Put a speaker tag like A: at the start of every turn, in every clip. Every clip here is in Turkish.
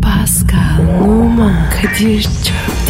A: Pascal, Oman, Kadir çok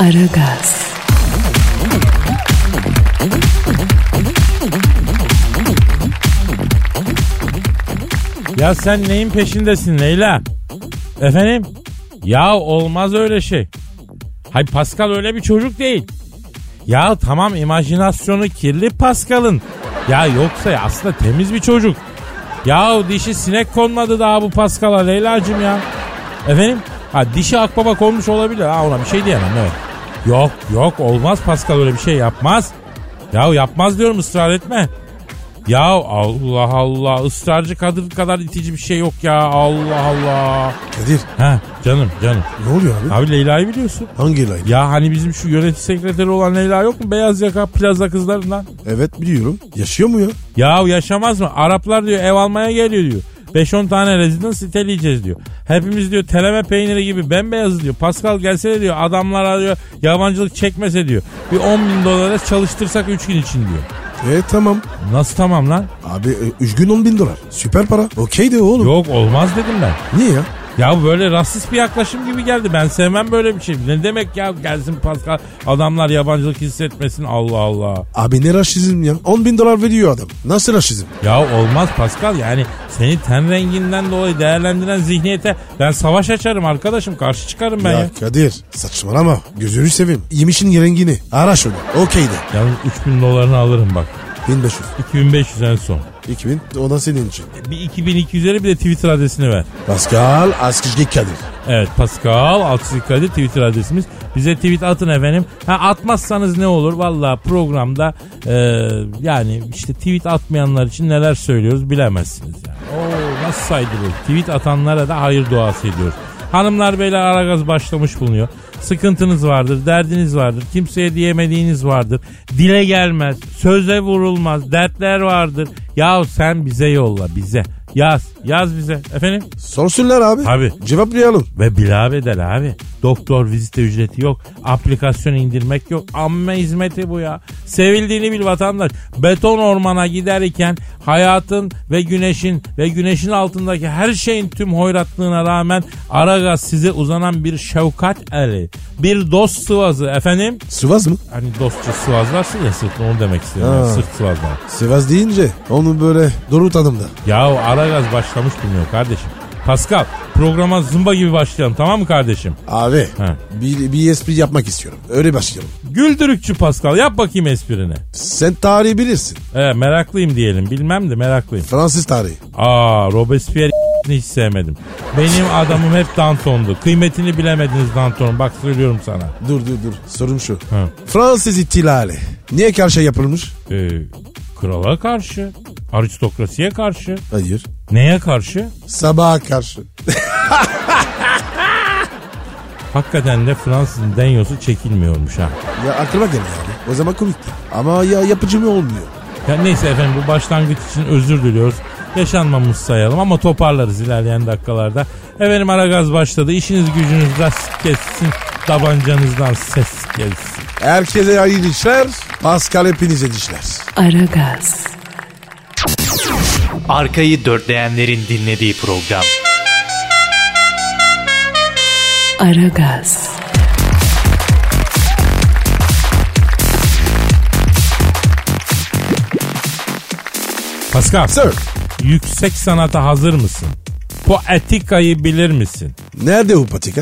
A: Aragaz,
B: Ya sen neyin peşindesin Leyla? Efendim? Ya olmaz öyle şey. Hay Pascal öyle bir çocuk değil. Ya tamam imajinasyonu kirli Pascal'ın. Ya yoksa ya aslında temiz bir çocuk. Ya dişi sinek konmadı daha bu Pascal'a Leyla'cığım ya. Efendim? Ha dişi akbaba konmuş olabilir. Ha ona bir şey diyemem evet. Yok yok olmaz Pascal öyle bir şey yapmaz. Ya yapmaz diyorum ısrar etme. Ya Allah Allah ısrarcı kadın kadar itici bir şey yok ya Allah Allah.
C: Kadir
B: Ha canım canım.
C: ne oluyor abi?
B: Abi Leyla'yı biliyorsun.
C: Hangi line?
B: Ya hani bizim şu yönetim sekreteri olan Leyla yok mu? Beyaz yaka plaza kızlarından.
C: Evet biliyorum. Yaşıyor mu ya?
B: Ya yaşamaz mı? Araplar diyor ev almaya geliyor diyor. 5-10 tane rezidans siteleyeceğiz diyor. Hepimiz diyor teleme peyniri gibi bembeyazız diyor. Pascal gelse diyor adamlar arıyor yabancılık çekmese diyor. Bir 10 bin dolara çalıştırsak 3 gün için diyor.
C: E tamam.
B: Nasıl tamam lan?
C: Abi 3 gün 10 bin dolar. Süper para. Okey de oğlum.
B: Yok olmaz dedim ben.
C: Niye ya?
B: Ya bu böyle rasist bir yaklaşım gibi geldi. Ben sevmem böyle bir şey. Ne demek ya gelsin Pascal adamlar yabancılık hissetmesin Allah Allah.
C: Abi ne raşizm ya? 10 bin dolar veriyor adam. Nasıl raşizm?
B: Ya olmaz Pascal yani seni ten renginden dolayı değerlendiren zihniyete ben savaş açarım arkadaşım karşı çıkarım ben ya.
C: Ya Kadir saçmalama. Gözünü seveyim. Yemişin rengini. Ara şunu. Okey de.
B: Yalnız 3000 dolarını alırım bak.
C: 1500.
B: 2500 en son.
C: 2000 o da senin için.
B: Bir 2200'leri bir de Twitter adresini ver.
C: Pascal Askışki Kadir. Evet.
B: Evet Pascal Altçılık Kadir Twitter adresimiz. Bize tweet atın efendim. Ha atmazsanız ne olur? Valla programda e, yani işte tweet atmayanlar için neler söylüyoruz bilemezsiniz yani. Oo nasıl saydırıyoruz? Tweet atanlara da hayır duası ediyoruz. Hanımlar beyler Aragaz başlamış bulunuyor. Sıkıntınız vardır, derdiniz vardır, kimseye diyemediğiniz vardır. Dile gelmez, söze vurulmaz, dertler vardır. Yahu sen bize yolla bize. Yaz, yaz bize. Efendim?
C: Sorsunlar abi.
B: Abi.
C: Cevaplayalım.
B: Ve bilabedel abi. Doktor vizite ücreti yok. Aplikasyon indirmek yok. Amme hizmeti bu ya. Sevildiğini bil vatandaş. Beton ormana giderken hayatın ve güneşin ve güneşin altındaki her şeyin tüm hoyratlığına rağmen Aragaz size uzanan bir şefkat eli. Bir dost sıvazı efendim.
C: Sivas mı?
B: Hani dostça sıvazlarsın ya sırtına onu demek istiyorum.
C: Ha.
B: Yani sırt sıvazlar.
C: Sivas deyince onu böyle doğru tanımda.
B: Yahu Aragaz başlamış bilmiyor kardeşim. Pascal programa zımba gibi başlayalım tamam mı kardeşim?
C: Abi
B: Ha.
C: bir, bir espri yapmak istiyorum. Öyle başlayalım.
B: Güldürükçü Pascal yap bakayım esprini.
C: Sen tarihi bilirsin.
B: Ee, meraklıyım diyelim bilmem de meraklıyım.
C: Fransız tarihi.
B: Aa Robespierre hiç sevmedim. Benim adamım hep Danton'du. Kıymetini bilemediniz Danton'un bak söylüyorum sana.
C: Dur dur dur. Sorum şu.
B: Ha.
C: Fransız ihtilali. Niye karşı yapılmış?
B: Ee, krala karşı, aristokrasiye karşı,
C: Hayır.
B: neye karşı?
C: Sabaha karşı.
B: Hakikaten de Fransız'ın denyosu çekilmiyormuş ha.
C: Ya aklıma geldi abi. O zaman komikti. Ama ya yapıcı mı olmuyor?
B: Ya neyse efendim bu başlangıç için özür diliyoruz. Yaşanmamış sayalım ama toparlarız ilerleyen dakikalarda. Efendim Aragaz başladı. İşiniz gücünüz rast kessin. Tabancanızdan ses gelsin.
C: Herkese hayırlı işler. Pascal hepinize dişler.
A: Aragaz,
D: Arkayı dörtleyenlerin dinlediği program.
A: Aragaz,
B: Pascal
C: Sir.
B: yüksek sanata hazır mısın? Poetikayı bilir misin?
C: Nerede bu patika?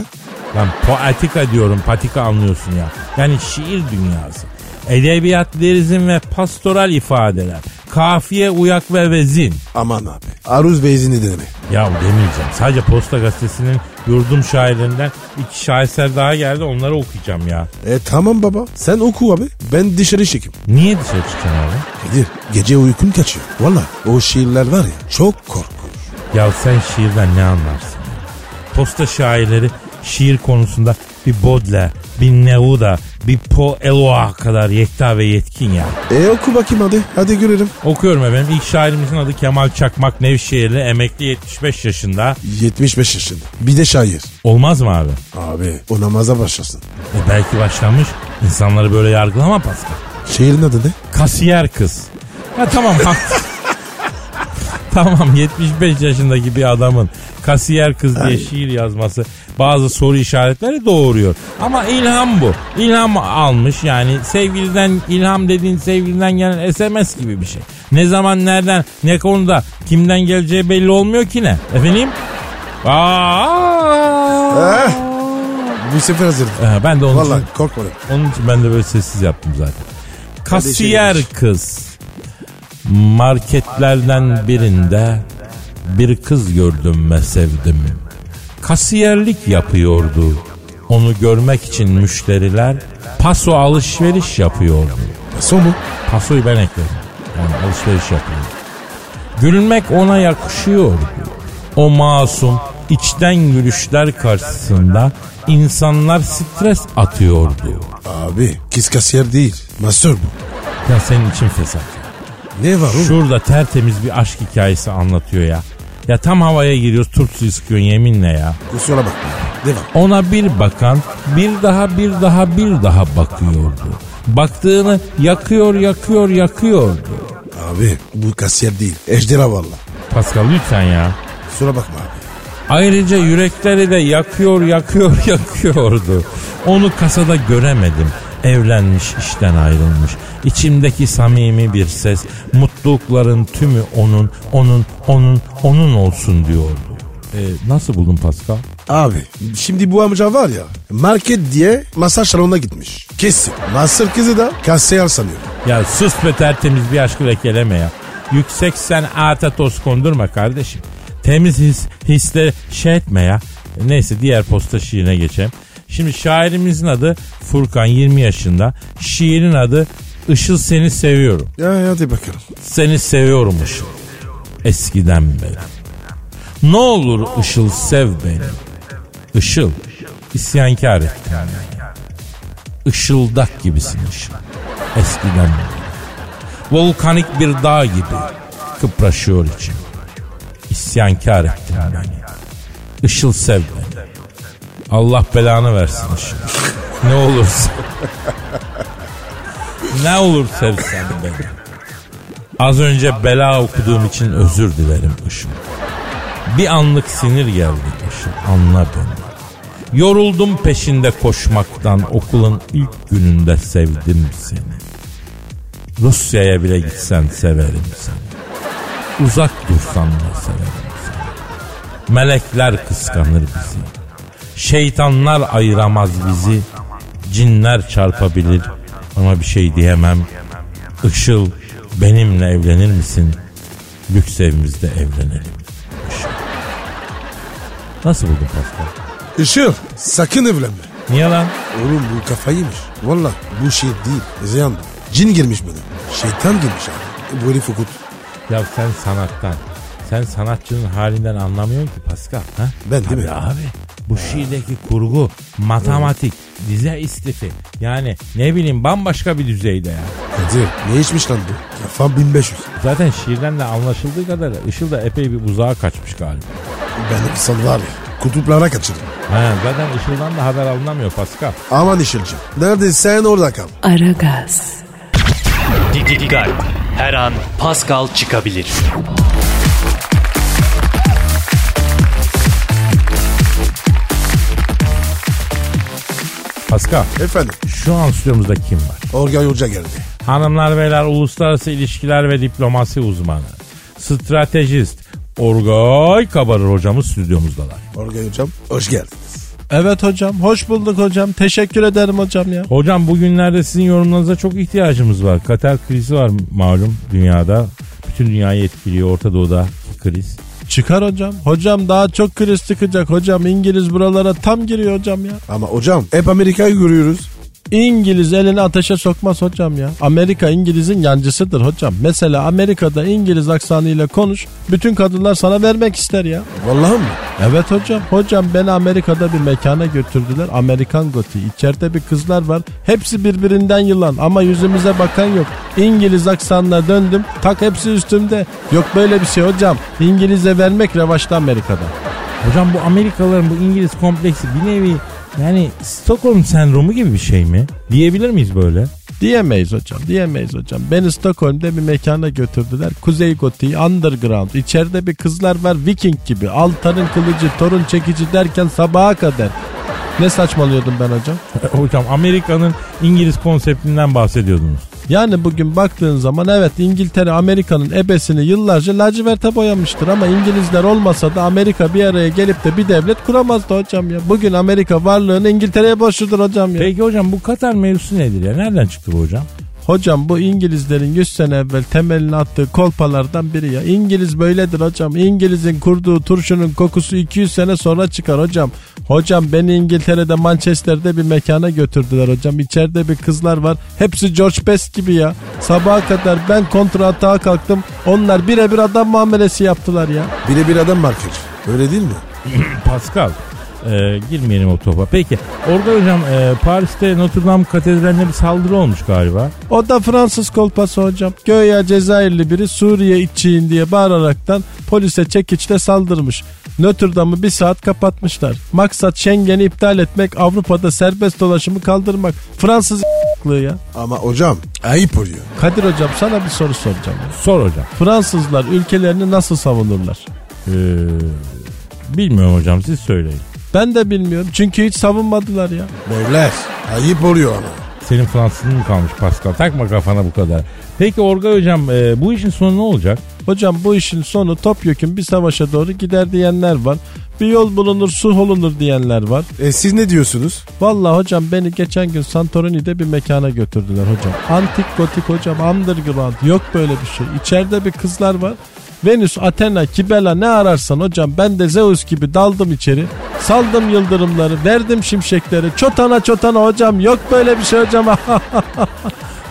B: Lan poetika diyorum patika anlıyorsun ya. Yani şiir dünyası. Edebiyat, lirizm ve pastoral ifadeler. Kafiye, uyak ve vezin.
C: Aman abi. Aruz beyzini deneme.
B: Ya demeyeceğim. Sadece Posta Gazetesi'nin yurdum şairlerinden iki şaheser daha geldi. Onları okuyacağım ya.
C: E tamam baba. Sen oku abi. Ben dışarı çekeyim.
B: Niye dışarı çıkacaksın abi?
C: Kadir gece uykum kaçıyor. Valla o şiirler var ya çok korkunç.
B: Ya sen şiirden ne anlarsın? ya? posta şairleri şiir konusunda bir Baudelaire, bir Neuda, bir Poe Eloa kadar yekta ve yetkin ya.
C: E oku bakayım hadi. Hadi görelim.
B: Okuyorum efendim. İlk şairimizin adı Kemal Çakmak Nevşehirli, emekli 75 yaşında.
C: 75 yaşında. Bir de şair.
B: Olmaz mı abi?
C: Abi o namaza başlasın.
B: E belki başlamış. İnsanları böyle yargılama Pascal.
C: Şehrin adı ne?
B: Kasiyer kız. Ya tamam haklı. tamam 75 yaşındaki bir adamın kasiyer kız diye şiir yazması bazı soru işaretleri doğuruyor. Ama ilham bu. İlham almış yani sevgiliden ilham dediğin sevgiliden gelen SMS gibi bir şey. Ne zaman nereden ne konuda kimden geleceği belli olmuyor ki ne? Efendim? Aa!
C: Eh. Bu sefer hazırım.
B: Ee, ben de onun için
C: Vallahi korkma. lan.
B: onun için ben de böyle sessiz yaptım zaten. Kasiyer
C: Kardeşim.
B: kız. Marketlerden birinde bir kız gördüm ve sevdim. Kasiyerlik yapıyordu. Onu görmek için müşteriler paso alışveriş yapıyordu.
C: Son mu?
B: Pasoyu ben ekledim. Yani alışveriş yapıyordu. Gülmek ona yakışıyordu. O masum içten gülüşler karşısında insanlar stres atıyordu.
C: Abi kız kasiyer değil. Masör bu.
B: Ya senin için fesat.
C: Ne var oğlum?
B: Şurada tertemiz bir aşk hikayesi anlatıyor ya. Ya tam havaya giriyoruz turp suyu sıkıyorsun yeminle ya.
C: Kusura bakma. Devam.
B: Ona bir bakan bir daha bir daha bir daha bakıyordu. Baktığını yakıyor yakıyor yakıyordu.
C: Abi bu kasiyer değil. Ejderha valla.
B: Pascal lütfen ya.
C: Kusura bakma abi.
B: Ayrıca yürekleri de yakıyor yakıyor yakıyordu. Onu kasada göremedim. Evlenmiş işten ayrılmış. İçimdeki samimi bir ses mutlulukların tümü onun onun onun onun olsun diyordu. E, nasıl buldun Pascal?
C: Abi şimdi bu amca var ya market diye masaj salonuna gitmiş. Kesin. Masır kızı da kasiyer sanıyor.
B: Ya sus be tertemiz bir aşkı lekeleme ya. Yüksek sen ata toz kondurma kardeşim. Temiz his, hisle şey etme ya. Neyse diğer posta şiirine geçelim. Şimdi şairimizin adı Furkan 20 yaşında. Şiirin adı Işıl Seni Seviyorum.
C: Ya hadi bakalım.
B: Seni seviyorum Işıl. Eskiden beri. Ne olur Işıl sev beni. Işıl. isyankar ettin beni. Işıldak gibisin Işıl. Eskiden beri. Volkanik bir dağ gibi kıpraşıyor içim. İsyankar ettin beni. Işıl sev beni. Allah belanı versin Işıl. Ne olursa. ne olur sevsen beni. Az önce bela okuduğum için özür dilerim Işıl. Bir anlık sinir geldi Işıl anla beni. Yoruldum peşinde koşmaktan okulun ilk gününde sevdim seni. Rusya'ya bile gitsen severim seni. Uzak dursan da severim seni. Melekler kıskanır bizi. Şeytanlar ayıramaz bizi. Cinler çarpabilir ama bir şey diyemem. Işıl benimle evlenir misin? Lüks evimizde evlenelim. Işıl. Nasıl buldun Pascal?
C: Işıl sakın evlenme.
B: Niye lan?
C: Oğlum bu kafayıymış. Valla bu şey değil. Ziyan bu. Cin girmiş bana. Şeytan girmiş abi. E, Bu herif okut.
B: Ya sen sanattan, sen sanatçının halinden anlamıyorsun ki Pascal. Ha?
C: Ben değil
B: Tabii
C: mi?
B: abi. Bu şiirdeki kurgu, matematik, dize istifi. Yani ne bileyim bambaşka bir düzeyde ya.
C: Kadir ne içmiş lan bu? Kafa 1500.
B: Zaten şiirden de anlaşıldığı kadarıyla Işıl da epey bir uzağa kaçmış galiba.
C: Ben insan var ya. Kutuplara kaçırdım.
B: Ha, zaten Işıl'dan da haber alınamıyor Pascal.
C: Aman Işılcım. Nerede sen orada kal.
A: Aragaz,
D: Dikkat! Her an Pascal çıkabilir.
B: Pascal
C: Efendim.
B: şu an stüdyomuzda kim var?
C: Orgay Hoca geldi.
B: Hanımlar beyler uluslararası ilişkiler ve diplomasi uzmanı. Stratejist Orgay Kabarır hocamız stüdyomuzdalar.
C: Orgay Hocam hoş geldiniz.
E: Evet hocam. Hoş bulduk hocam. Teşekkür ederim hocam ya.
B: Hocam bugünlerde sizin yorumlarınıza çok ihtiyacımız var. Katar krizi var malum dünyada. Bütün dünyayı etkiliyor Orta Doğu'da kriz.
E: Çıkar hocam. Hocam daha çok kriz çıkacak hocam. İngiliz buralara tam giriyor hocam ya.
C: Ama hocam hep Amerika'yı görüyoruz.
E: İngiliz elini ateşe sokmaz hocam ya. Amerika İngiliz'in yancısıdır hocam. Mesela Amerika'da İngiliz aksanıyla konuş. Bütün kadınlar sana vermek ister ya.
C: Vallahi mi?
E: Evet hocam. Hocam beni Amerika'da bir mekana götürdüler. Amerikan goti. İçeride bir kızlar var. Hepsi birbirinden yılan ama yüzümüze bakan yok. İngiliz aksanına döndüm. Tak hepsi üstümde. Yok böyle bir şey hocam. İngiliz'e vermek revaçta Amerika'da.
B: Hocam bu Amerikalıların bu İngiliz kompleksi bir nevi yani Stockholm sendromu gibi bir şey mi? Diyebilir miyiz böyle?
E: Diyemeyiz hocam diyemeyiz hocam. Beni Stockholm'de bir mekana götürdüler. Kuzey Gotiği underground. İçeride bir kızlar var Viking gibi. Altanın kılıcı torun çekici derken sabaha kadar. Ne saçmalıyordum ben hocam?
B: Hocam Amerika'nın İngiliz konseptinden bahsediyordunuz.
E: Yani bugün baktığın zaman evet İngiltere Amerika'nın ebesini yıllarca laciverte boyamıştır ama İngilizler olmasa da Amerika bir araya gelip de bir devlet kuramazdı hocam ya. Bugün Amerika varlığını İngiltere'ye borçludur hocam ya.
B: Peki hocam bu Katar mevzusu nedir ya? Nereden çıktı bu hocam?
E: Hocam bu İngilizlerin 100 sene evvel temelini attığı kolpalardan biri ya. İngiliz böyledir hocam. İngiliz'in kurduğu turşunun kokusu 200 sene sonra çıkar hocam. Hocam beni İngiltere'de Manchester'de bir mekana götürdüler hocam. İçeride bir kızlar var. Hepsi George Best gibi ya. Sabaha kadar ben kontra atağa kalktım. Onlar birebir adam muamelesi yaptılar ya.
C: Biri bir adam market. Öyle değil mi?
B: Pascal. e, girmeyelim o topa. Peki orada hocam e, Paris'te Notre Dame katedraline bir saldırı olmuş galiba.
E: O da Fransız kolpası hocam. Göya Cezayirli biri Suriye içiyim diye bağıraraktan polise çekiçle saldırmış. Notre Dame'ı bir saat kapatmışlar. Maksat Schengen'i iptal etmek, Avrupa'da serbest dolaşımı kaldırmak. Fransız ya.
C: Ama hocam ayıp oluyor.
E: Kadir hocam sana bir soru soracağım.
B: Sor hocam.
E: Fransızlar ülkelerini nasıl savunurlar?
B: E, bilmiyorum hocam siz söyleyin.
E: Ben de bilmiyorum çünkü hiç savunmadılar ya.
C: Beyler ayıp oluyor ama.
B: Senin Fransızın mı kalmış Pascal? Takma kafana bu kadar. Peki Orga hocam e, bu işin sonu ne olacak?
E: Hocam bu işin sonu topyekun bir savaşa doğru gider diyenler var. Bir yol bulunur, sulh olunur diyenler var.
C: E siz ne diyorsunuz?
E: Vallahi hocam beni geçen gün Santorini'de bir mekana götürdüler hocam. Antik gotik hocam underground yok böyle bir şey. İçeride bir kızlar var. Venüs, Athena, Kibela ne ararsan hocam ben de Zeus gibi daldım içeri. Saldım yıldırımları, verdim şimşekleri. Çotana çotana hocam yok böyle bir şey hocam.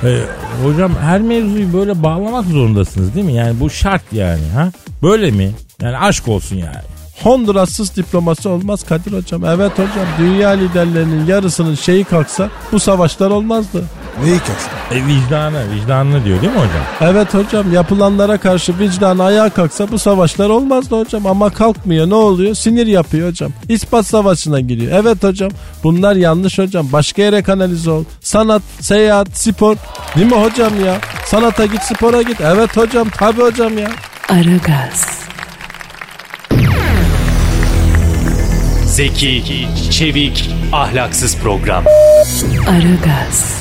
B: E, hocam her mevzuyu böyle bağlamak zorundasınız değil mi? Yani bu şart yani ha? Böyle mi? Yani aşk olsun yani.
E: Hondurassız diplomasi olmaz Kadir hocam. Evet hocam dünya liderlerinin yarısının şeyi kalksa bu savaşlar olmazdı.
C: Neyi kalsın?
B: E, vicdanı, vicdanını diyor değil mi hocam?
E: Evet hocam yapılanlara karşı vicdan ayağa kalksa bu savaşlar olmazdı hocam ama kalkmıyor ne oluyor sinir yapıyor hocam İspat savaşına giriyor evet hocam bunlar yanlış hocam başka yere kanalize ol sanat seyahat spor değil mi hocam ya sanata git spora git evet hocam tabi hocam ya
A: Aragaz,
D: Zeki, çevik, ahlaksız program.
A: Aragaz,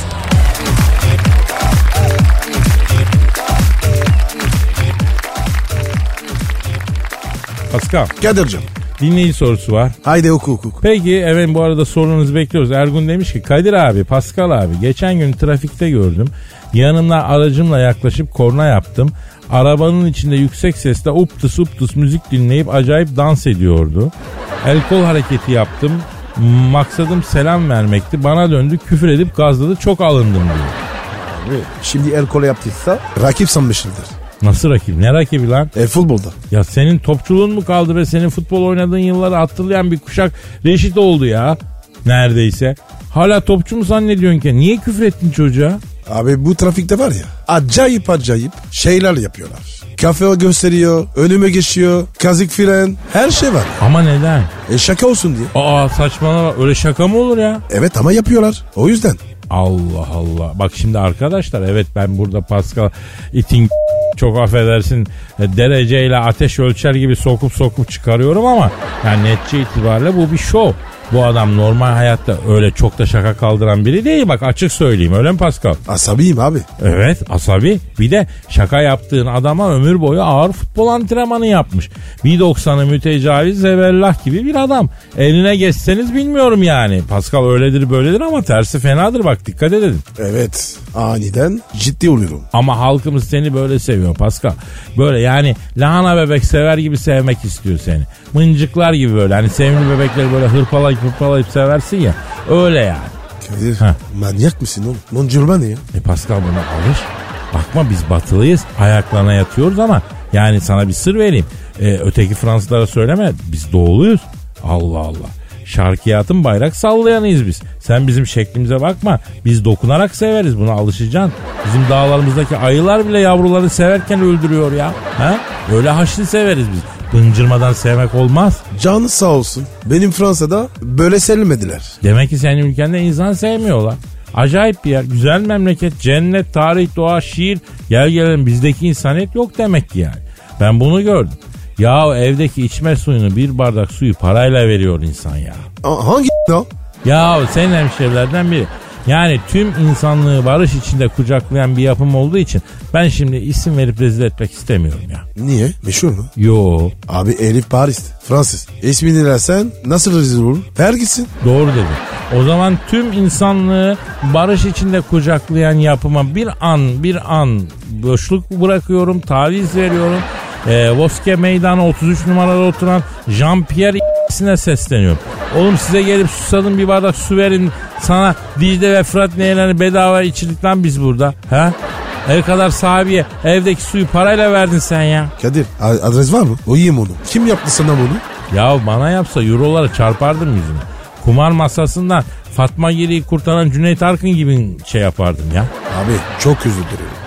B: Pascal
C: Kadir'cim
B: dinleyici sorusu var.
C: haydi oku oku. oku.
B: Peki efendim bu arada sorunuzu bekliyoruz. Ergun demiş ki Kadir abi, Pascal abi geçen gün trafikte gördüm. Yanımdan aracımla yaklaşıp korna yaptım. Arabanın içinde yüksek sesle uptus uptus müzik dinleyip acayip dans ediyordu. El kol hareketi yaptım. Maksadım selam vermekti. Bana döndü küfür edip gazladı. Çok alındım diyor.
C: Şimdi el kola yaptıysa rakip sanmışıldır.
B: Nasıl rakip? Ne rakibi lan?
C: E futbolda.
B: Ya senin topçuluğun mu kaldı ve senin futbol oynadığın yılları hatırlayan bir kuşak reşit oldu ya. Neredeyse. Hala topçu mu zannediyorsun ki? Niye küfür ettin çocuğa?
C: Abi bu trafikte var ya acayip acayip şeyler yapıyorlar. Kafe gösteriyor, önüme geçiyor, kazık fren, her şey var.
B: Ama neden?
C: E şaka olsun diye.
B: Aa saçmalama öyle şaka mı olur ya?
C: Evet ama yapıyorlar. O yüzden.
B: Allah Allah. Bak şimdi arkadaşlar evet ben burada Pascal itin çok affedersin e, dereceyle ateş ölçer gibi sokup sokup çıkarıyorum ama yani netice itibariyle bu bir şov. Bu adam normal hayatta öyle çok da şaka kaldıran biri değil bak açık söyleyeyim öyle mi Pascal?
C: Asabiyim abi.
B: Evet asabi. Bir de şaka yaptığın adama ömür boyu ağır futbol antrenmanı yapmış. 1.90'ı mütecaviz zevellah gibi bir adam. Eline geçseniz bilmiyorum yani. Pascal öyledir böyledir ama tersi fenadır bak dikkat edin.
C: Evet aniden ciddi oluyorum.
B: Ama halkımız seni böyle seviyor Pascal. Böyle yani lahana bebek sever gibi sevmek istiyor seni. Mıncıklar gibi böyle hani sevimli bebekleri böyle hırpalayıp hırpalayıp seversin ya. Öyle yani.
C: Kadir
B: Ha.
C: manyak mısın oğlum? Loncurba ne ya?
B: E Pascal bunu alır. Bakma biz batılıyız. Ayaklarına yatıyoruz ama yani sana bir sır vereyim. E, öteki Fransızlara söyleme. Biz doğuluyuz. Allah Allah. Şarkiyatın bayrak sallayanıyız biz. Sen bizim şeklimize bakma. Biz dokunarak severiz. Buna alışacaksın. Bizim dağlarımızdaki ayılar bile yavruları severken öldürüyor ya. Ha? Öyle haşlı severiz biz. Bıncırmadan sevmek olmaz.
C: Canı sağ olsun. Benim Fransa'da böyle serilmediler.
B: Demek ki senin ülkende insan sevmiyorlar. Acayip bir yer. Güzel memleket, cennet, tarih, doğa, şiir. Gel gelelim bizdeki insaniyet yok demek ki yani. Ben bunu gördüm. Ya evdeki içme suyunu bir bardak suyu parayla veriyor insan ya.
C: A- hangi ya?
B: Ya senin hemşerilerden biri. Yani tüm insanlığı barış içinde kucaklayan bir yapım olduğu için ben şimdi isim verip rezil etmek istemiyorum ya.
C: Niye? Meşhur mu?
B: Yo
C: Abi Elif Paris. Fransız. İsmini versen nasıl rezil olur? Ver gitsin.
B: Doğru dedi. O zaman tüm insanlığı barış içinde kucaklayan yapıma bir an bir an boşluk bırakıyorum, taviz veriyorum. Ee, Voske Meydanı 33 numarada oturan Jean-Pierre İ***sine sesleniyorum. Oğlum size gelip susadım bir bardak su verin. Sana Dicle ve Fırat nehirlerini bedava içirdik lan biz burada. Ha? Ev kadar sahibiye evdeki suyu parayla verdin sen ya.
C: Kadir a- adres var mı? O yiyeyim onu. Kim yaptı sana bunu?
B: Ya bana yapsa euroları çarpardım yüzüne. Kumar masasından Fatma Giri'yi kurtaran Cüneyt Arkın gibi şey yapardım ya.
C: Abi çok üzüldü.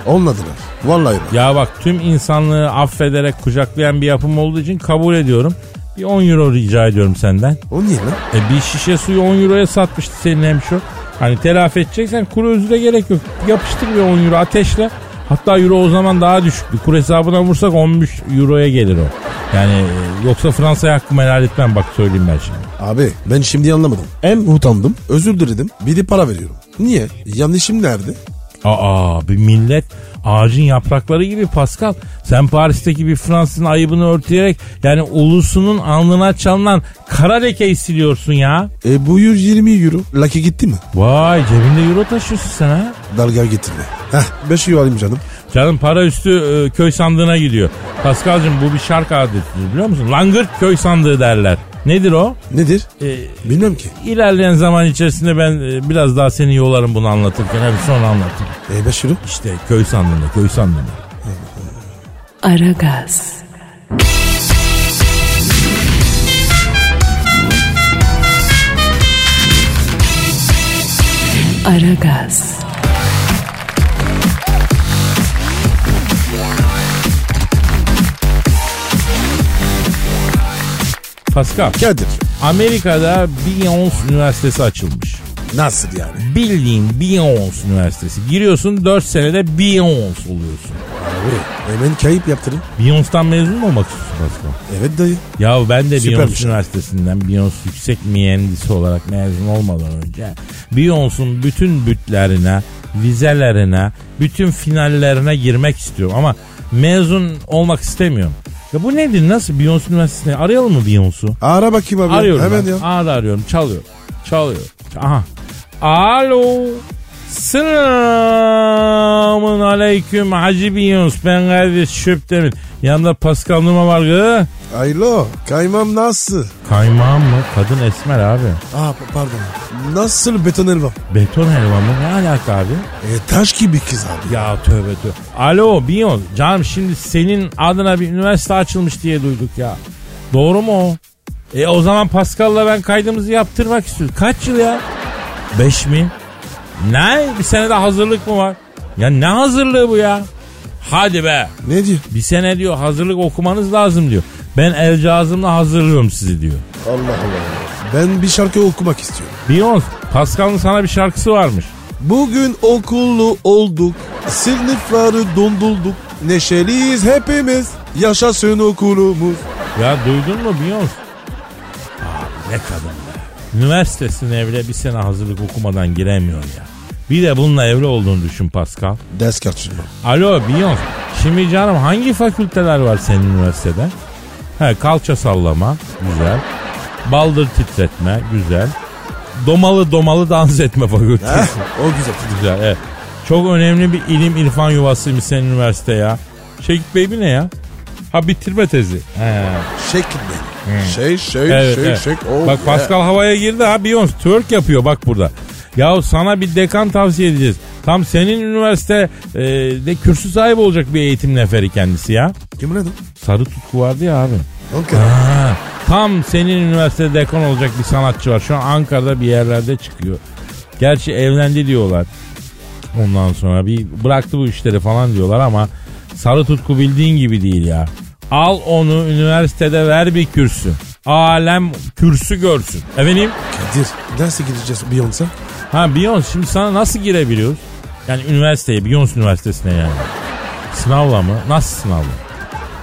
C: Olmadılar. Vallahi bak.
B: Ya bak tüm insanlığı affederek kucaklayan bir yapım olduğu için kabul ediyorum. Bir 10 euro rica ediyorum senden.
C: O niye lan?
B: E bir şişe suyu 10 euroya satmıştı senin hemşo. Hani telafi edeceksen kuru özü de gerek yok. Yapıştır bir 10 euro ateşle. Hatta euro o zaman daha düşüktü. Kur hesabına vursak 15 euroya gelir o. Yani e, yoksa Fransa'ya hakkımı helal etmem bak söyleyeyim ben şimdi.
C: Abi ben şimdi anlamadım. Hem utandım, özür diledim, bir de para veriyorum. Niye? Yanlışım nerede?
B: Aa bir millet ağacın yaprakları gibi Pascal. Sen Paris'teki bir Fransızın ayıbını örtüyerek yani ulusunun alnına çalınan kara lekeyi siliyorsun ya.
C: E bu 120 euro. Lucky gitti mi?
B: Vay cebinde euro taşıyorsun sen ha.
C: Dalga getirdi. Heh 5 euro alayım canım.
B: Canım para üstü e, köy sandığına gidiyor. Pascal'cığım bu bir şarkı adetidir biliyor musun? Langırt köy sandığı derler. Nedir o?
C: Nedir?
B: E,
C: Bilmem ki.
B: ilerleyen zaman içerisinde ben e, biraz daha seni yolarım bunu anlatırken. Hem sonra anlatırım.
C: E 5 euro.
B: İşte köy sandığında, köy sandığında.
A: Aragaz, Aragaz,
B: Pascal.
C: Kadir.
B: Amerika'da Beyoncé Üniversitesi açılmış.
C: Nasıl yani?
B: Bildiğin Beyoncé Üniversitesi. Giriyorsun 4 senede Beyoncé oluyorsun.
C: Abi hemen kayıp yaptırın.
B: Beyoncé'dan mezun mu olmak istiyorsun Pascal?
C: Evet dayı.
B: Ya ben de
C: Süpermiş.
B: Beyoncé Üniversitesi'nden Beyoncé yüksek mühendisi olarak mezun olmadan önce Beyoncé'un bütün bütlerine, vizelerine, bütün finallerine girmek istiyorum ama mezun olmak istemiyorum. Ya bu nedir? Nasıl Beyoncé Üniversitesi'ne arayalım mı Beyoncé'u?
C: Ara bakayım abi.
B: Arıyorum
C: Hemen
B: ben.
C: ya.
B: Aa, da arıyorum. Çalıyor. Çalıyor. Aha. Alo. Selamun aleyküm Hacı Biyons. Ben Kadir Şöpdemir. Yanımda Pascal Numa var. gı.
C: Aylo kaymam nasıl?
B: Kaymağım mı? Kadın esmer abi.
C: Aa pa- pardon. Nasıl beton elva?
B: Beton helva mı? Ne alaka abi?
C: E taş gibi kız abi.
B: Ya tövbe tövbe. Alo Biyons. Canım şimdi senin adına bir üniversite açılmış diye duyduk ya. Doğru mu o? E o zaman Pascal'la ben kaydımızı yaptırmak istiyoruz. Kaç yıl ya? Beş mi? Ne? Bir sene de hazırlık mı var? Ya ne hazırlığı bu ya? Hadi be.
C: Ne diyor?
B: Bir sene diyor hazırlık okumanız lazım diyor. Ben el cazımla hazırlıyorum sizi diyor.
C: Allah Allah. Ben bir şarkı okumak istiyorum.
B: Beyoncé, Pascal'ın sana bir şarkısı varmış.
C: Bugün okullu olduk. Sınıfları dondulduk. Neşeliyiz hepimiz. Yaşasın okulumuz.
B: Ya duydun mu Beyoncé? Abi ne kadın be. Üniversitesine bile bir sene hazırlık okumadan giremiyor ya. Bir de bununla evli olduğunu düşün Pascal.
C: Ders kaçırma.
B: Alo Beyoncé. Şimdi canım hangi fakülteler var senin üniversitede? He, kalça sallama. Güzel. Baldır titretme. Güzel. Domalı domalı dans etme
C: Heh,
B: fakültesi.
C: o güzel.
B: Güzel evet. Çok önemli bir ilim irfan yuvasıymış senin üniversite ya. Şekip Bey bir ne ya? Ha bitirme tezi. He.
C: Şekil beni. Şey şey
B: Evet,
C: şey
B: evet.
C: şey. Oh,
B: bak
C: yeah.
B: Pascal havaya girdi ha Beyoncé twerk yapıyor bak burada. Ya sana bir dekan tavsiye edeceğiz. Tam senin üniversite e, de kürsü sahibi olacak bir eğitim neferi kendisi ya.
C: Kim lan o?
B: Sarı tutku vardı ya abi.
C: Okey.
B: Ha, tam senin üniversitede dekan olacak bir sanatçı var. Şu an Ankara'da bir yerlerde çıkıyor. Gerçi evlendi diyorlar. Ondan sonra bir bıraktı bu işleri falan diyorlar ama sarı tutku bildiğin gibi değil ya. Al onu üniversitede ver bir kürsü. Alem kürsü görsün. Efendim?
C: Kadir nasıl gideceğiz Beyoncé?
B: Ha Beyoncé şimdi sana nasıl girebiliyoruz? Yani üniversiteye, Beyoncé Üniversitesi'ne yani. Sınavla mı? Nasıl sınavla?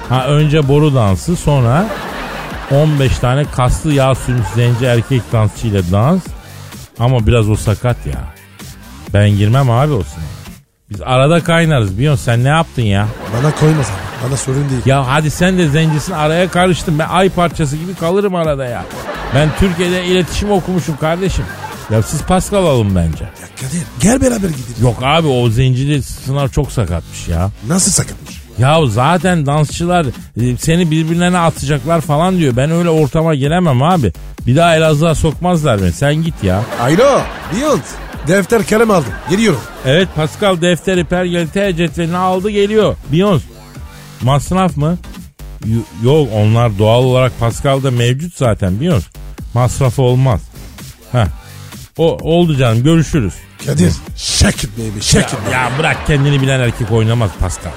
B: Ha önce boru dansı sonra 15 tane kaslı yağ sürmüş zenci erkek dansçıyla dans. Ama biraz o sakat ya. Ben girmem abi o sınava. Biz arada kaynarız Beyoncé sen ne yaptın ya?
C: Bana koymaz abi. Bana sorun değil.
B: Ya hadi sen de zencisin araya karıştın. Ben ay parçası gibi kalırım arada ya. Ben Türkiye'de iletişim okumuşum kardeşim. Ya siz pas kalalım bence.
C: Ya Kadir gel beraber gidelim.
B: Yok abi o zencili sınav çok sakatmış ya.
C: Nasıl sakatmış?
B: Ya zaten dansçılar e, seni birbirlerine atacaklar falan diyor. Ben öyle ortama gelemem abi. Bir daha Elazığ'a sokmazlar beni. Sen git ya.
C: Alo Beyoncé. Defter kalem aldım. Geliyorum.
B: Evet Pascal defteri pergeli T cetvelini aldı geliyor. Beyoncé. Masraf mı? Y- yok onlar doğal olarak Pascal'da mevcut zaten Beyoncé. Masrafı olmaz. Heh. O, oldu canım görüşürüz.
C: Kadir shake it baby shake it baby.
B: Ya bırak kendini bilen erkek oynamaz Pascal.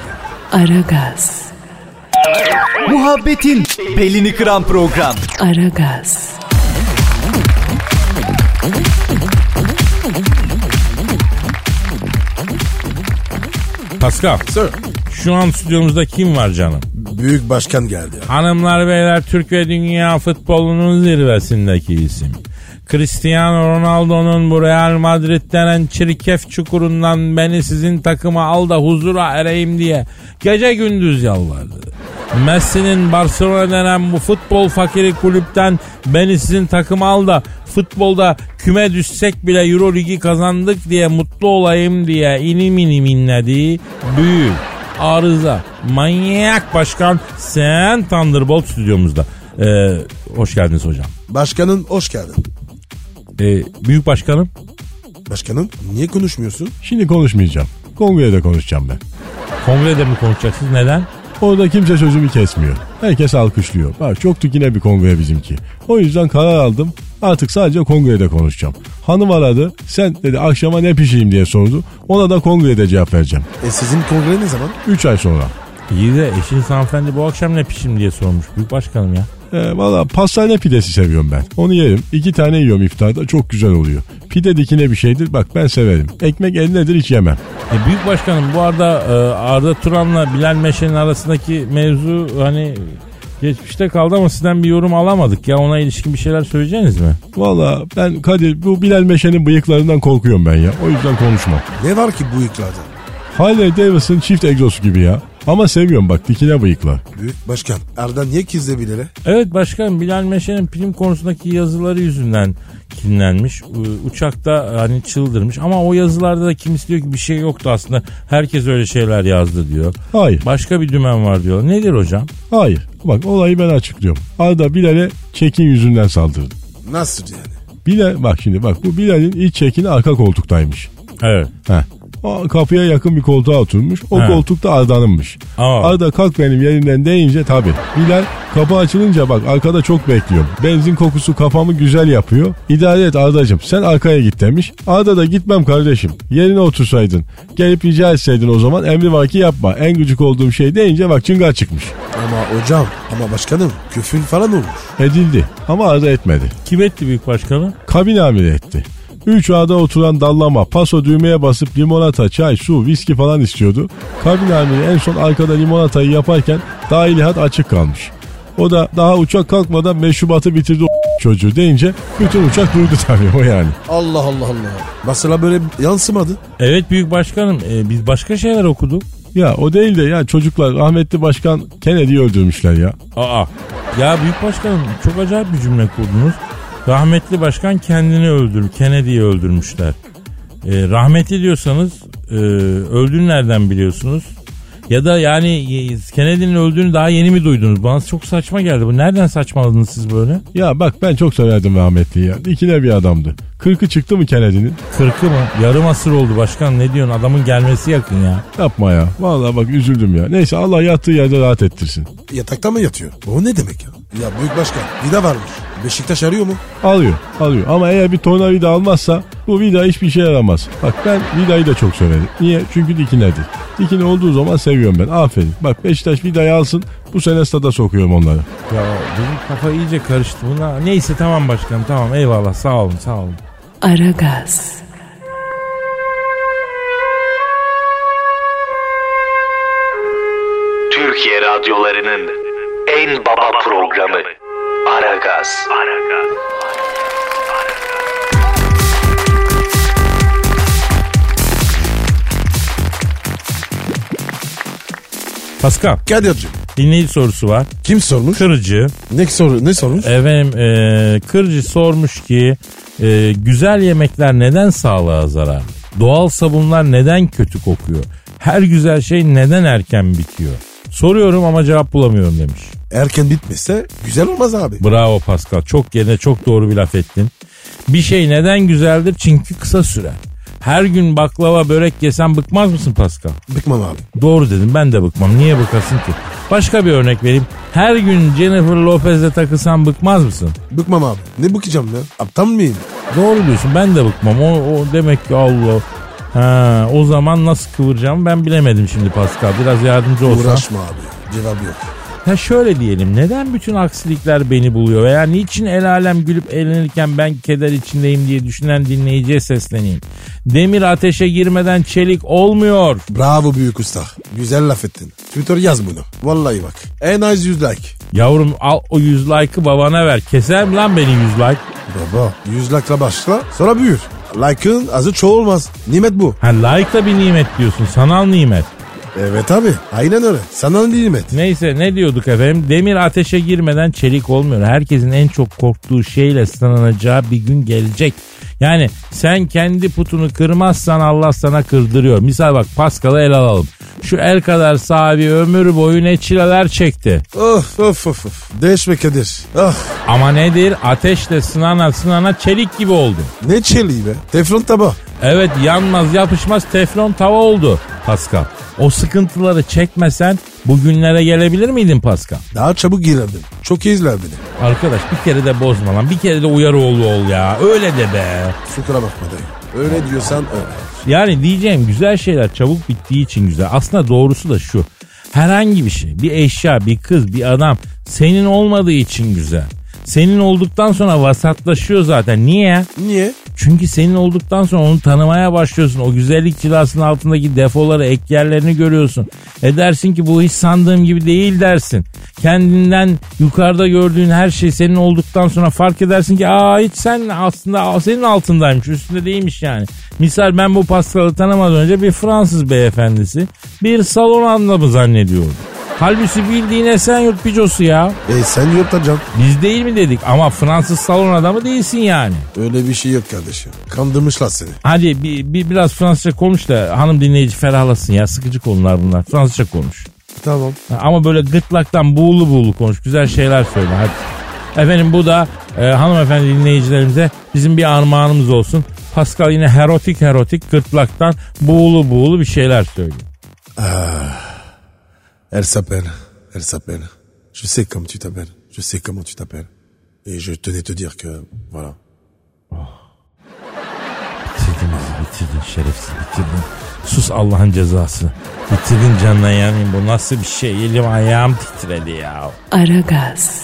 A: Aragaz,
D: Muhabbetin belini kıran program.
A: Aragaz,
B: Pascal. Şu an stüdyomuzda kim var canım?
C: Büyük başkan geldi. ya.
B: Hanımlar beyler Türk ve dünya futbolunun zirvesindeki isim. Cristiano Ronaldo'nun bu Real Madrid denen çirkef çukurundan beni sizin takıma al da huzura ereyim diye gece gündüz yalvardı. Messi'nin Barcelona denen bu futbol fakiri kulüpten beni sizin takıma al da futbolda küme düşsek bile Euro Ligi kazandık diye mutlu olayım diye inim inim inlediği büyük arıza manyak başkan sen Thunderbolt stüdyomuzda. Ee, hoş geldiniz hocam.
C: Başkanın hoş geldin.
B: Ee, büyük başkanım.
C: Başkanım niye konuşmuyorsun?
E: Şimdi konuşmayacağım. Kongrede konuşacağım ben.
B: Kongrede mi konuşacaksınız? Neden?
E: Orada kimse sözümü kesmiyor. Herkes alkışlıyor. Bak çoktu yine bir kongre bizimki. O yüzden karar aldım. Artık sadece kongrede konuşacağım. Hanım aradı. Sen dedi akşama ne pişireyim diye sordu. Ona da kongrede cevap vereceğim.
C: E sizin kongre ne zaman?
E: 3 ay sonra.
B: İyi de eşiniz hanımefendi bu akşam ne pişim diye sormuş büyük başkanım ya.
E: E, Valla pastane pidesi seviyorum ben. Onu yerim. İki tane yiyorum iftarda. Çok güzel oluyor. Pide dikine bir şeydir. Bak ben severim. Ekmek elnedir hiç yemem.
B: E, büyük başkanım bu arada e, Arda Turan'la Bilal Meşe'nin arasındaki mevzu hani geçmişte kaldı ama sizden bir yorum alamadık ya ona ilişkin bir şeyler söyleyeceğiniz mi?
E: Valla ben Kadir bu Bilal Meşe'nin bıyıklarından korkuyorum ben ya. O yüzden konuşmam.
C: Ne var ki bu yıklarda?
E: Harley Davidson çift egzosu gibi ya. Ama seviyorum bak dikine bıyıklar.
C: Büyük başkan Arda niye kizde bilere?
B: Evet başkanım Bilal Meşe'nin film konusundaki yazıları yüzünden kinlenmiş. U- Uçakta hani çıldırmış ama o yazılarda da kimisi diyor ki bir şey yoktu aslında. Herkes öyle şeyler yazdı diyor.
E: Hayır,
B: Başka bir dümen var diyor. Nedir hocam?
E: hayır. Bak olayı ben açıklıyorum. Arda Bilal'e çekin yüzünden saldırdı.
C: Nasıl yani?
E: Bilal bak şimdi bak bu Bilal'in iç çekini arka koltuktaymış.
B: Evet.
E: Heh. O kapıya yakın bir koltuğa oturmuş. O
B: He.
E: koltukta Arda'nınmış.
B: Aa.
E: Arda kalk benim yerinden deyince tabii. Bilal kapı açılınca bak arkada çok bekliyorum. Benzin kokusu kafamı güzel yapıyor. İdare et Arda'cığım sen arkaya git demiş. Arda da gitmem kardeşim. Yerine otursaydın. Gelip rica etseydin o zaman emri vaki yapma. En gıcık olduğum şey deyince bak çıngar çıkmış.
C: Ama hocam ama başkanım küfür falan olmuş.
E: Edildi ama Arda etmedi.
B: Kim etti büyük başkanı?
E: kabin amiri etti. 3 A'da oturan dallama paso düğmeye basıp limonata, çay, su, viski falan istiyordu. Kabin amiri en son arkada limonatayı yaparken dahilihat açık kalmış. O da daha uçak kalkmadan meşrubatı bitirdi o çocuğu deyince bütün uçak durdu tabii o yani.
C: Allah Allah Allah. Mesela böyle yansımadı.
B: Evet büyük başkanım e, biz başka şeyler okuduk.
E: Ya o değil de ya çocuklar rahmetli başkan Kennedy'yi öldürmüşler ya.
B: Aa. Ya büyük başkanım çok acayip bir cümle kurdunuz. Rahmetli başkan kendini öldür, Kennedy'yi öldürmüşler. Ee, rahmetli diyorsanız e, öldüğünü nereden biliyorsunuz? Ya da yani e, Kennedy'nin öldüğünü daha yeni mi duydunuz? Bana çok saçma geldi bu. Nereden saçmaladınız siz böyle?
E: Ya bak ben çok severdim rahmetliyi ya. İkine bir adamdı. Kırkı çıktı mı Kennedy'nin?
B: Kırkı mı? Yarım asır oldu başkan ne diyorsun? Adamın gelmesi yakın ya.
E: Yapma ya. Vallahi bak üzüldüm ya. Neyse Allah yattığı yerde rahat ettirsin.
C: Yatakta mı yatıyor? O ne demek ya? Ya büyük başkan vida varmış. Beşiktaş arıyor mu?
E: Alıyor, alıyor. Ama eğer bir tornavida almazsa bu vida hiçbir işe yaramaz. Bak ben vidayı da çok severim. Niye? Çünkü dikinedir. Dikine olduğu zaman seviyorum ben. Aferin. Bak Beşiktaş vidayı alsın. Bu sene stada sokuyorum onları.
B: Ya benim kafa iyice karıştı buna. Neyse tamam başkanım tamam eyvallah sağ olun sağ olun.
A: Aragaz,
F: Türkiye radyolarının en baba programı Aragaz.
B: Pascal
C: Kadir'cim
B: dinleyici sorusu var.
C: kim sormuş?
B: Kırıcı.
C: Ne, soru, ne sormuş?
B: Efendim e, Kırıcı sormuş ki e, güzel yemekler neden sağlığa zarar? Doğal sabunlar neden kötü kokuyor? Her güzel şey neden erken bitiyor? Soruyorum ama cevap bulamıyorum demiş.
C: Erken bitmese güzel olmaz abi.
B: Bravo Pascal. Çok yerine çok doğru bir laf ettin. Bir şey neden güzeldir? Çünkü kısa sürer. Her gün baklava börek yesen bıkmaz mısın Pascal?
C: Bıkmam abi.
B: Doğru dedim ben de bıkmam. Niye bıkasın ki? Başka bir örnek vereyim. Her gün Jennifer Lopez'le takılsan bıkmaz mısın?
C: Bıkmam abi. Ne bıkacağım ya? Aptal mıyım?
B: Doğru diyorsun ben de bıkmam. O, o demek ki Allah. Ha, o zaman nasıl kıvıracağımı ben bilemedim şimdi Pascal. Biraz yardımcı olsan.
C: Uğraşma abi. Cevap yok.
B: Ha şöyle diyelim neden bütün aksilikler beni buluyor veya niçin el alem gülüp eğlenirken ben keder içindeyim diye düşünen dinleyiciye sesleneyim. Demir ateşe girmeden çelik olmuyor.
C: Bravo büyük usta. Güzel laf ettin. Twitter yaz bunu. Vallahi bak. En az 100 like.
B: Yavrum al o yüz like'ı babana ver. Keser mi lan beni yüz like?
C: Baba 100 like'la başla sonra büyür. Like'ın azı çoğu olmaz. Nimet bu.
B: Ha like da bir nimet diyorsun sanal nimet.
C: Evet abi aynen öyle. Sana ne nimet?
B: Neyse ne diyorduk efendim? Demir ateşe girmeden çelik olmuyor. Herkesin en çok korktuğu şeyle sınanacağı bir gün gelecek. Yani sen kendi putunu kırmazsan Allah sana kırdırıyor. Misal bak Paskal'ı el alalım. Şu el kadar sahibi ömür boyu ne çileler çekti.
C: Of of of of. Değişme Kadir. Ah
B: Ama nedir? Ateşle sınana sınana çelik gibi oldu.
C: ne çeliği be. Teflon taba.
B: Evet yanmaz yapışmaz teflon tava oldu Paskal. O sıkıntıları çekmesen bugünlere gelebilir miydin Paskal?
C: Daha çabuk girerdim. Çok iyi izler beni.
B: Arkadaş bir kere de bozma lan. Bir kere de uyarı oğlu ol ya. Öyle de be.
C: Sukura bakma dayı. Öyle diyorsan öyle.
B: Yani diyeceğim güzel şeyler çabuk bittiği için güzel. Aslında doğrusu da şu. Herhangi bir şey, bir eşya, bir kız, bir adam senin olmadığı için güzel. Senin olduktan sonra vasatlaşıyor zaten. Niye?
C: Niye?
B: Çünkü senin olduktan sonra onu tanımaya başlıyorsun. O güzellik cilasının altındaki defoları, ek yerlerini görüyorsun. E dersin ki bu hiç sandığım gibi değil dersin. Kendinden yukarıda gördüğün her şey senin olduktan sonra fark edersin ki aa hiç sen aslında senin altındaymış, üstünde değilmiş yani. Misal ben bu pastalı tanımadan önce bir Fransız beyefendisi bir salon anlamı zannediyordum. Halbuki bildiğin Esenyurt picosu ya.
C: E sen yok da can.
B: Biz değil mi dedik ama Fransız salon adamı değilsin yani.
C: Öyle bir şey yok kardeşim. Kandırmışlar seni.
B: Hadi bir, bir biraz Fransızca konuş da hanım dinleyici ferahlasın ya. Sıkıcı konular bunlar. Fransızca konuş.
C: Tamam.
B: Ha, Ama böyle gırtlaktan buğulu buğulu konuş. Güzel şeyler söyle hadi. Efendim bu da e, hanımefendi dinleyicilerimize bizim bir armağanımız olsun. Pascal yine herotik herotik gırtlaktan buğulu buğulu bir şeyler söylüyor.
C: Elle s'appelle. Elle s'appelle. er Je sais comme tu t'appelles. Je sais comment tu t'appelles. Et je tenais te dire que voilà.
B: Bitirdin bizi bitirdin şerefsiz bitirdin. Sus Allah'ın cezası. Bitirdin canına yanayım bu nasıl bir şey. Elim ayağım titredi ya.
A: Aragaz,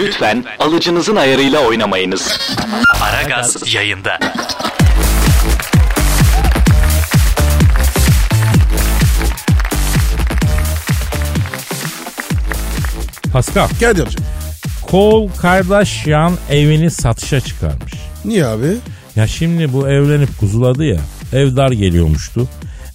F: Lütfen alıcınızın ayarıyla oynamayınız. Aragaz yayında.
B: Pascal.
C: Kadir'cim.
B: Kol Kardashian evini satışa çıkarmış.
C: Niye abi?
B: Ya şimdi bu evlenip kuzuladı ya. Ev dar geliyormuştu.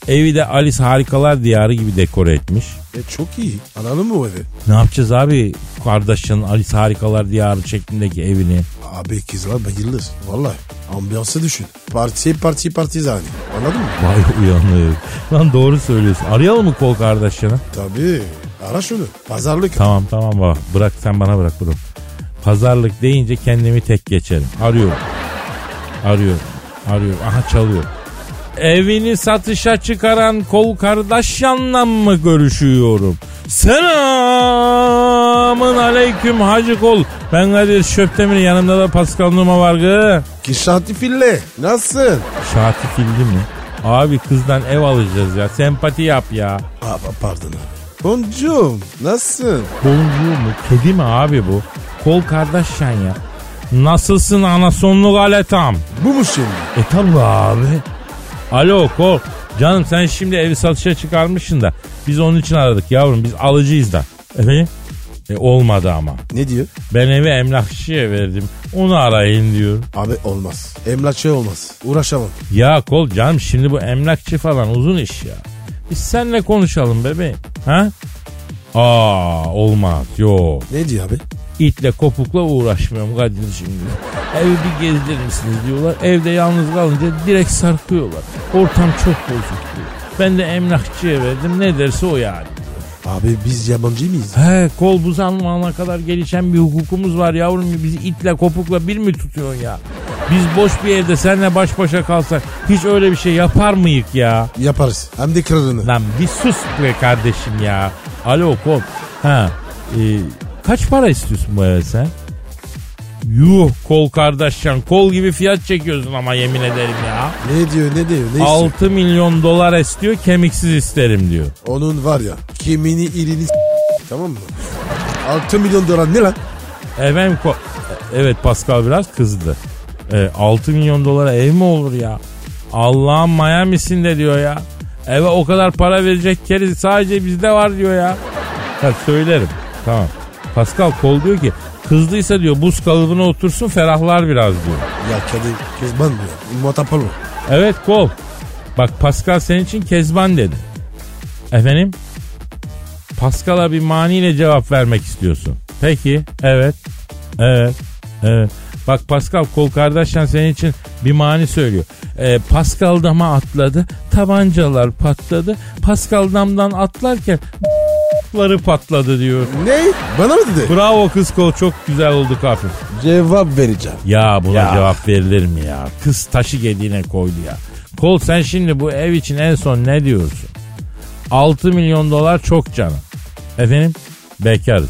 B: Evi de Alice Harikalar Diyarı gibi dekore etmiş.
C: E çok iyi. Alalım mı bu evi?
B: Ne yapacağız abi kardeşin Alice Harikalar Diyarı şeklindeki evini?
C: Abi kızlar bayılır. Vallahi ambiyansı düşün. Parti parti partizani. Anladın mı?
B: Vay uyanık. Lan doğru söylüyorsun. Arayalım mı kol kardeşini?
C: Tabii. Ara şunu. Pazarlık.
B: Tamam tamam baba bırak sen bana bırak bunu. Pazarlık deyince kendimi tek geçerim. Arıyorum. Arıyorum. Arıyorum. Aha çalıyor. Evini satışa çıkaran kol kardeşyanla mı görüşüyorum? Selamın aleyküm hacı kol. Ben Kadir Şöptemir yanımda da Pascal Numa var. gı.
C: Kişanti fille. Nasılsın?
B: Şati fildi mi? Abi kızdan ev alacağız ya. Sempati yap ya.
C: Aa, pardon abi. Boncuğum nasılsın?
B: Boncuğu mu? Kedi mi abi bu? Kol kardeşen ya. Nasılsın anasonlu galetam?
C: Bu mu şimdi?
B: E tabi abi. Alo kol. Canım sen şimdi evi satışa çıkarmışsın da. Biz onun için aradık yavrum. Biz alıcıyız da. Efendim? E olmadı ama.
C: Ne diyor?
B: Ben evi emlakçıya verdim. Onu arayın diyor.
C: Abi olmaz. Emlakçı olmaz. Uğraşamam.
B: Ya kol canım şimdi bu emlakçı falan uzun iş ya. Biz seninle konuşalım bebeğim. Ha? Aa olmaz yok.
C: Ne diyor abi?
B: İtle kopukla uğraşmıyorum Kadir şimdi. Evi bir gezdirir misiniz diyorlar. Evde yalnız kalınca direkt sarkıyorlar. Ortam çok bozuk diyor. Ben de emlakçıya verdim ne derse o yani.
C: Abi biz yabancı mıyız?
B: He kol buzanmağına kadar gelişen bir hukukumuz var yavrum. Bizi itle kopukla bir mi tutuyorsun ya? Biz boş bir evde senle baş başa kalsak hiç öyle bir şey yapar mıyık ya?
C: Yaparız. Hem de kralını.
B: Lan bir sus be kardeşim ya. Alo kol. Ha. e, kaç para istiyorsun bu eve sen? Yuh kol kardeşcan. Kol gibi fiyat çekiyorsun ama yemin ederim ya.
C: Ne diyor ne diyor? Ne istiyor?
B: 6 milyon dolar istiyor kemiksiz isterim diyor.
C: Onun var ya kimini ilini s- tamam mı? 6 milyon dolar ne lan?
B: Efendim ko- Evet Pascal biraz kızdı. E, 6 milyon dolara ev mi olur ya? Allah'ın Miami'sinde diyor ya. Eve o kadar para verecek keriz sadece bizde var diyor ya. Ha, söylerim. Tamam. Pascal kol diyor ki kızdıysa diyor buz kalıbına otursun ferahlar biraz diyor.
C: Ya kedi kızman mı ya? Muhatap olma.
B: Evet kol. Bak Pascal senin için Kezban dedi. Efendim? Pascal'a bir maniyle cevap vermek istiyorsun. Peki. Evet. Evet. Evet. Bak Pascal kol kardeşten senin için bir mani söylüyor. Ee, Pascal dama atladı. Tabancalar patladı. Pascal damdan atlarken ları patladı diyor.
C: Ne? Bana mı dedi?
B: Bravo kız kol çok güzel oldu kafir.
C: Cevap vereceğim.
B: Ya buna cevap verilir mi ya? Kız taşı gediğine koydu ya. Kol sen şimdi bu ev için en son ne diyorsun? 6 milyon dolar çok canım. Efendim? Bekarız.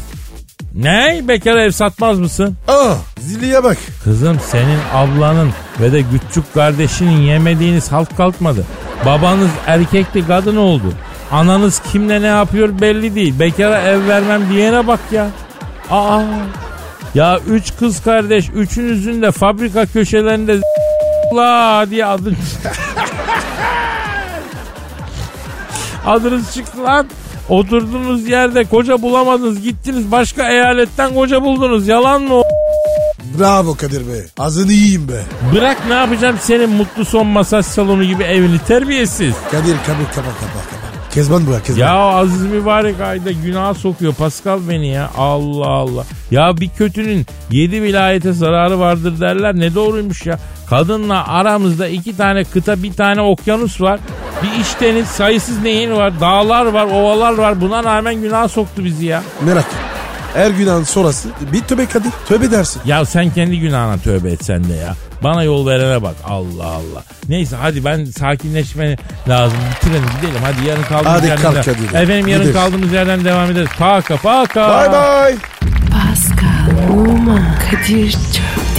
B: Ne? Bekar ev satmaz mısın?
C: Aa ziliye bak.
B: Kızım senin ablanın ve de küçük kardeşinin yemediğiniz halk kalkmadı. Babanız erkekti kadın oldu. Ananız kimle ne yapıyor belli değil. Bekara ev vermem diyene bak ya. Aa. Ya üç kız kardeş üçünüzün de fabrika köşelerinde la diye adın Adınız çıktı lan. Oturduğunuz yerde koca bulamadınız gittiniz başka eyaletten koca buldunuz yalan mı o?
C: Bravo Kadir Bey. Azını yiyeyim be.
B: Bırak ne yapacağım senin mutlu son masaj salonu gibi evini terbiyesiz.
C: Kadir kabul kapa kapa kapa. Kezban bu ya Kezban.
B: Ya Aziz Mübarek ayda günaha sokuyor Pascal beni ya. Allah Allah. Ya bir kötünün yedi vilayete zararı vardır derler. Ne doğruymuş ya. Kadınla aramızda iki tane kıta bir tane okyanus var. Bir iç deniz sayısız nehir var. Dağlar var ovalar var. Buna rağmen günaha soktu bizi ya.
C: Merak etme. Her günahın sonrası bir tövbe Kadir. Tövbe dersin.
B: Ya sen kendi günahına tövbe etsen de ya. Bana yol verene bak. Allah Allah. Neyse hadi ben sakinleşme lazım. Bitirelim gidelim. Hadi yarın kaldığımız
C: Hadi
B: yerden.
C: kalk
B: devam-
C: hadi de.
B: Efendim yarın
C: Gideriz.
B: kaldığımız yerden devam ederiz. Paka paka.
C: Bay bay.
A: Pascal, Oman, Kadir çok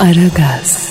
A: Aragaz.